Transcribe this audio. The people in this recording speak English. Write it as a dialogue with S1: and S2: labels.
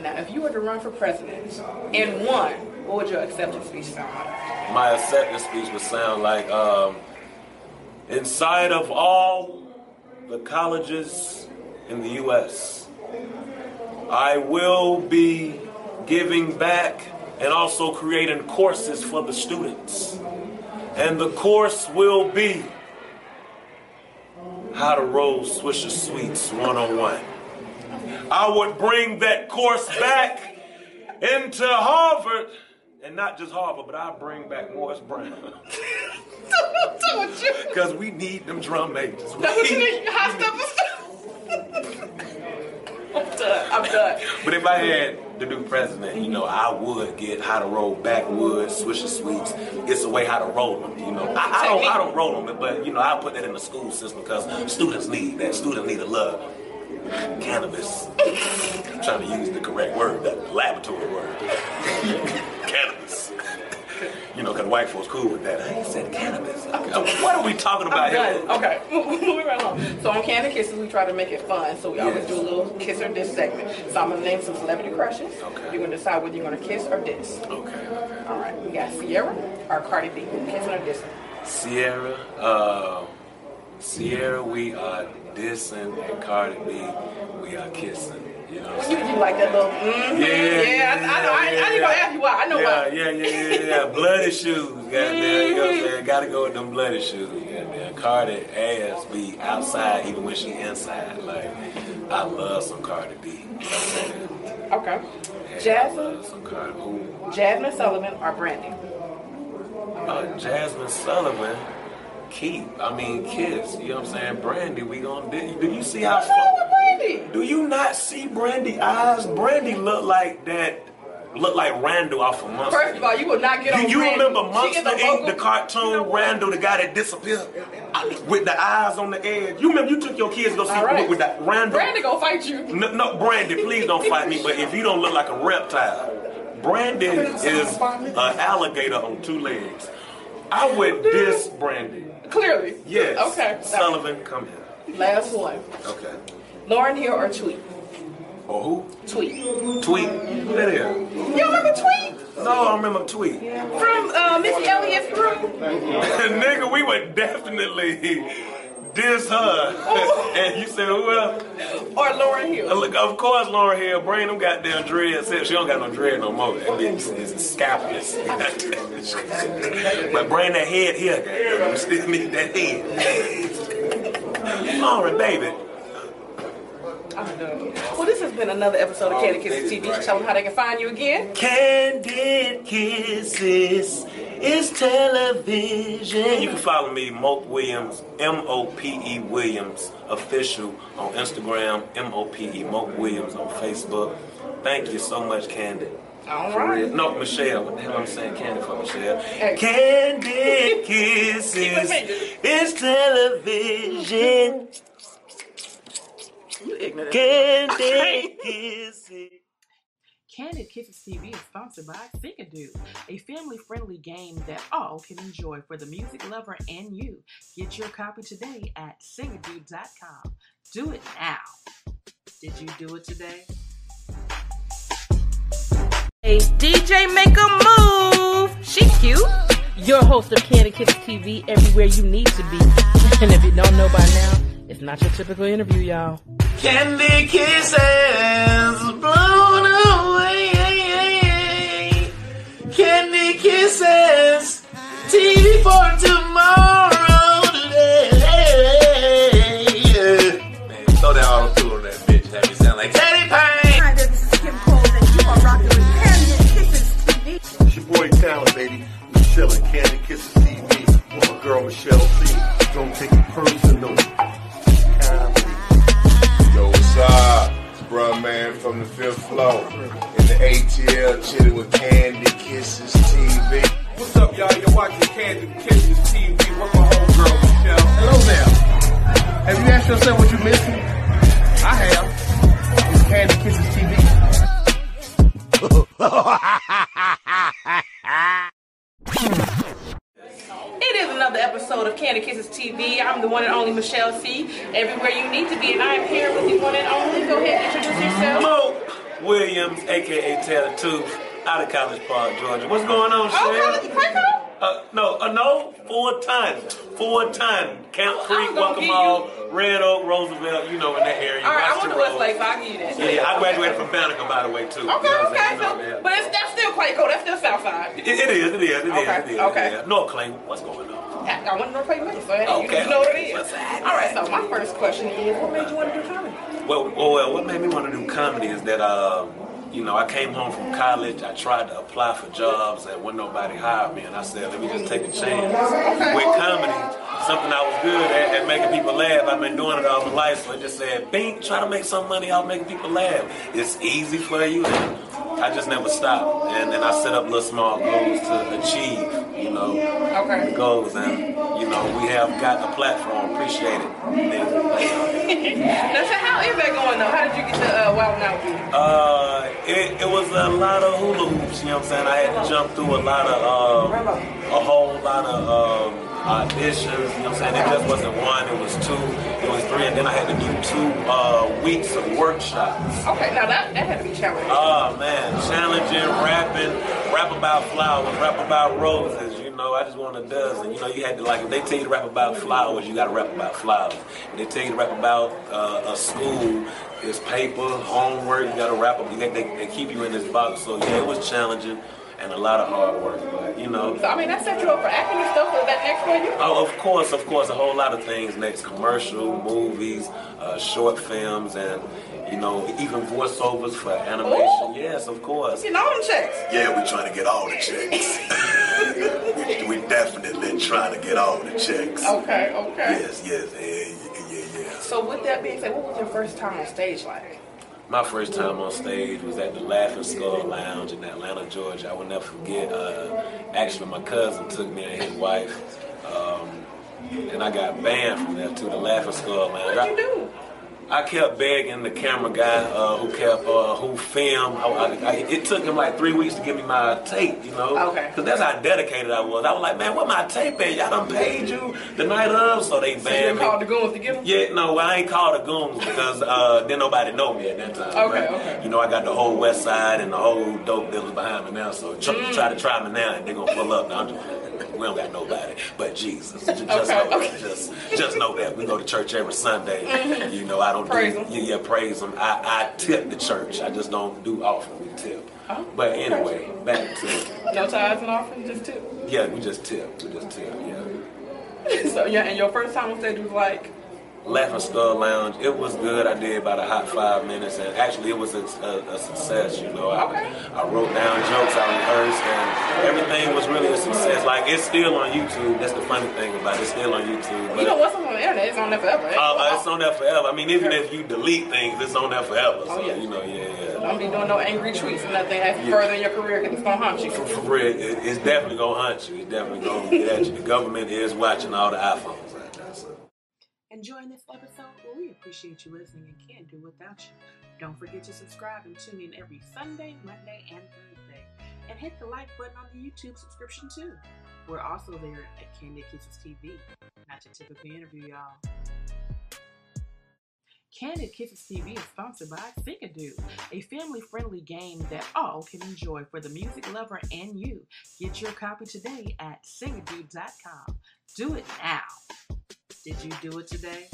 S1: now, if you were to run for president and won, what would your acceptance speech sound like?
S2: My acceptance speech would sound like, um, inside of all the colleges in the U.S., I will be giving back and also creating courses for the students. And the course will be How to Roll Swisher Sweets 101. I would bring that course back into Harvard, and not just Harvard, but I bring back Morris Brown.
S1: That's what you,
S2: Because we need them drum majors.
S1: that's what you
S2: We-
S1: need. High step I'm done. I'm done.
S2: But if I had the new president, you know, I would get how to roll backwoods, swisher sweeps. It's a way how to roll them, you know. I, I don't, I don't roll them, but you know, I put that in the school system because students need that. Students need to love cannabis. I'm trying to use the correct word, that laboratory word, cannabis. You know, because white folks cool with that. I ain't said cannabis. I- I- What are we talking about
S1: I'm
S2: here?
S1: done. Okay, moving right along. So on Candy Kisses, we try to make it fun. So we always
S2: Yes.
S1: do a little kiss or diss segment. So I'm gonna name some celebrity crushes.
S2: Okay.
S1: You're gonna decide whether you're gonna kiss or diss.
S2: Okay.
S1: All right. We got Sierra or Cardi B. Kissing or dissing?
S2: Sierra, uh, Sierra, we are dissing, and Cardi B, we are kissing. You know what I'm
S1: You,
S2: saying?
S1: you like that little? Mm-hmm. Yeah. I, I know. I, ain't- I ain't gonna ask you why. I know
S2: yeah,
S1: why.
S2: Yeah, yeah, yeah, yeah. bloody shoes, goddamn. You know what I'm saying? Gotta go with them bloody shoes, goddamn. Cardi ass be outside even when she inside. Like, I love some Cardi B. You know what I'm saying?
S1: Okay.
S2: Yeah, I
S1: Jasmine,
S2: love some Cardi. Ooh.
S1: Jasmine Sullivan or Brandy?
S2: Uh, Jasmine Sullivan, keep. I mean, kiss. You know what I'm saying? Brandy, we gonna. Do, do you see how?
S1: What's wrong with Brandy?
S2: Do you not see Brandy eyes? Brandy look like that. Look like Randall off of Monster.
S1: First of all, you will not get on.
S2: you, you
S1: Brandy.
S2: remember
S1: She
S2: Monster
S1: is a
S2: Inc.
S1: vocal-
S2: The cartoon Randall, the guy that disappeared with the eyes on the edge. You remember you took your kids to go see
S1: All right.
S2: with, with that Randall.
S1: Brandy gonna fight you.
S2: No, no, Brandy, please don't fight me. But if you don't look like a reptile, Brandy is an alligator on two legs. I would diss Brandy.
S1: Clearly.
S2: Yes.
S1: Okay.
S2: Sullivan, come here.
S1: Last one.
S2: Okay.
S1: Lauren Hill or Tweet?
S2: Or who?
S1: Tweet. You
S2: Tweet. Who that is?
S1: don't remember Tweet
S2: No, I don't remember Tweet.
S1: from uh, Missy Elliott's room?
S2: Nigga, we would definitely diss her. and you said, who else?
S1: Or Lauren
S2: Uh,
S1: Hill?
S2: Look, of course, Lauren Hill, bring them goddamn dreads. She don't got no dread no more. That bitch is scalpless. but bring that head here, goddamn. You Still need that head. Lauren, baby.
S1: I'm done. Well, this has been another episode of Candy Kisses TV. Just tell them how they can find you again.
S2: Candid Kisses is television. You can follow me, Mope Williams, M O P E Williams, official on Instagram, M O P E Mope Williams on Facebook. Thank you so much, Candid.
S1: All
S2: For
S1: right.
S2: real. No, Michelle. What the hell I'm saying Candid for Michelle?
S1: Hey.
S2: Candid
S1: Keep it
S2: Kisses
S1: moving.
S2: is television.
S1: You ignorant.
S2: Candid Kisses.
S3: Candid Kisses TV is sponsored by Sinkadoo, a family-friendly game that all can enjoy for the music lover and you. Get your copy today at singadoo.com. Do it now. Did you do it today?
S4: Hey, DJ, make a move. She cute. Your host of Candy Kids TV, everywhere you need to be. And if you don't know by now, it's not your typical interview, y'all.
S2: Candy kisses blown away. Candy kisses. TV for tomorrow. Today. Man, throw that auto tune on that bitch. Have me sound like Teddy Payne.
S5: Hi there, this is Kim Cole, and you are rocking with Candy Kisses TV.
S6: It's your boy Talent, baby. Michelle and Candy Kisses TV. With my girl Michelle C. Don't take it personal. Comedy.
S7: Yo, what's up? It's Bruh Man from the fifth floor. In the ATL, chilling with Candy Kisses TV.
S8: What's up, y'all? You're watching Candy Kisses TV with my homegirl, Michelle. Hello there. Have you asked yourself what you missing? I have. It's Candy Kisses TV.
S1: It is another episode of Candy Kisses TV. I'm the one and only Michelle C. Everywhere you need to be, and I am here with the one and only. Go ahead, introduce yourself.
S2: Mope Williams, aka Taylor Tubes, out of College Park, Georgia. What's going on,
S1: Oh,
S2: Shay?
S1: College Park?
S2: Uh, no, uh, no, four ton, four ton. Camp Creek,
S1: I'm gonna give
S2: Waccamaw, Red Oak, Roosevelt, you know, in that area.
S1: All right, I
S2: Webster
S1: went to
S2: Road.
S1: Westlake, so I give you that.
S2: Yeah, I graduated from Banneker, by the way, too. You know
S1: Okay,
S2: what I'm
S1: okay,
S2: saying?
S1: so,
S2: You know, yeah.
S1: but it's, that's still quite cool. That's still Southside.
S2: It, it is, it is, it is,
S1: Okay,
S2: it is.
S1: okay.
S2: It is. No claim. What's going on?
S1: I I went to North Plain Middle, so hey,
S2: Okay.
S1: you know what it
S2: What's
S1: is.
S2: that?
S1: All right, so my first question is, what made you want to do comedy?
S2: Well, well, well, what made me want to do comedy is that, um, you know, I came home from college. I tried to apply for jobs and when nobody hired me, and I said, let me just take a chance with comedy. Something I was good at, at making people laugh. I've been doing it all my life, so I just said, Bink, try to make some money off making people laugh. It's easy for you. And I just never stopped, and then I set up little small goals to achieve, you know,
S1: Okay.
S2: goals, and you know we have got a platform. Appreciate it. Thank you.
S1: Now, so how is that going though? How did you get to uh, Wild Now View?
S2: Uh, it, it was a lot of hula hoops. You know what I'm saying? I had to jump through a lot of um, a whole lot of um, auditions. You know what I'm saying? It just wasn't one. It was two. It was three, and then I had to do two uh, weeks of workshops.
S1: Okay, now that, that had to be challenging.
S2: Oh man, challenging, rapping, rap about flowers, rap about roses. You know, I just want a dozen. You know, you had to like if they tell you to rap about flowers, you got to rap about flowers. If they tell you to rap about uh, a school, it's paper, homework. You got to rap. You got, they, they keep you in this box. So yeah, it was challenging and a lot of hard work. But you know,
S1: So I mean, that set you up for acting and stuff. Was that next for you?
S2: Oh, of course, of course, a whole lot of things next commercial, movies, uh, short films, and you know, even voiceovers for animation. Yes, of course.
S1: Getting all them checks.
S6: Yeah, we trying to get all the checks. we definitely trying to get all the checks.
S7: Oh.
S1: Okay, okay.
S6: Yes, yes, yeah, yeah, yeah, yeah.
S1: So with that being said, what was your first time on stage like?
S2: My first time on stage was at the Laughing Skull Lounge in Atlanta, Georgia. I will never forget. Uh, actually, my cousin took me and his wife, um, and I got banned from there to the Laughing Skull Lounge.
S1: What you do?
S2: I kept begging the camera guy uh, who kept uh, who filmed. I, I, I, it took him like three weeks to give me my tape, you know.
S1: Okay.
S2: Because that's how dedicated I was. I was like, man, where my tape at? Y'all done paid you the night of, so they
S1: So you
S2: banned
S1: called
S2: me.
S1: the goons to get them?
S2: Yeah, no, I ain't called the goons because uh, then nobody know me at that time.
S1: Okay,
S2: right?
S1: okay.
S2: You know, I got the whole West Side and the whole dope dealers behind me now. So tr-
S1: Mm.
S2: try to try me now, and they gonna pull up. Now I'm just like, we don't got nobody but Jesus. Just know that.
S1: okay. Mm-hmm.
S2: Just, just know that we go to church every Sunday. You know, I don't
S1: Praise
S2: do
S1: 'em.
S2: yeah, yeah, praise them. I, I tip the church. I just don't do often. We tip.
S1: Oh,
S2: but
S1: okay.
S2: anyway, back to
S1: No tithes and offerings, just tip.
S2: yeah, we just tip. We just tip. Yeah.
S1: so yeah, and your first time on stage was like,
S2: Laughing Skull Lounge. It was good. I did about a hot five minutes, and actually, it was a, a, a success. You know, I,
S1: Okay.
S2: I wrote down jokes, I rehearsed, and everything was really a success. Like it's still on YouTube. That's the funny thing about it. It's still on YouTube. But,
S1: you know what's on the internet? It's on there forever. eh?
S2: Uh, it's on there forever. I mean, even if you delete things, it's on there forever. So
S1: Oh, yeah.
S2: you know, yeah,
S1: Don't be doing no angry tweets or nothing. That's
S2: Yeah.
S1: further in your career because it's gonna haunt you.
S2: yeah. For real, it, it's definitely gonna hunt you. It's definitely gonna get at you. The government is watching all the iPhones right now. So.
S3: Enjoying this episode? Well, we appreciate you listening and can't do without you. Don't forget to subscribe and tune in every Sunday, Monday, and Thursday. And hit the like button on the YouTube subscription too. We're also there at Candid Kisses TV. Not your typical interview, y'all. Candid Kisses TV is sponsored by Sinkadoo, a family-friendly game that all can enjoy for the music lover and you. Get your copy today at singadoo.com. Do it now. Did you do it today?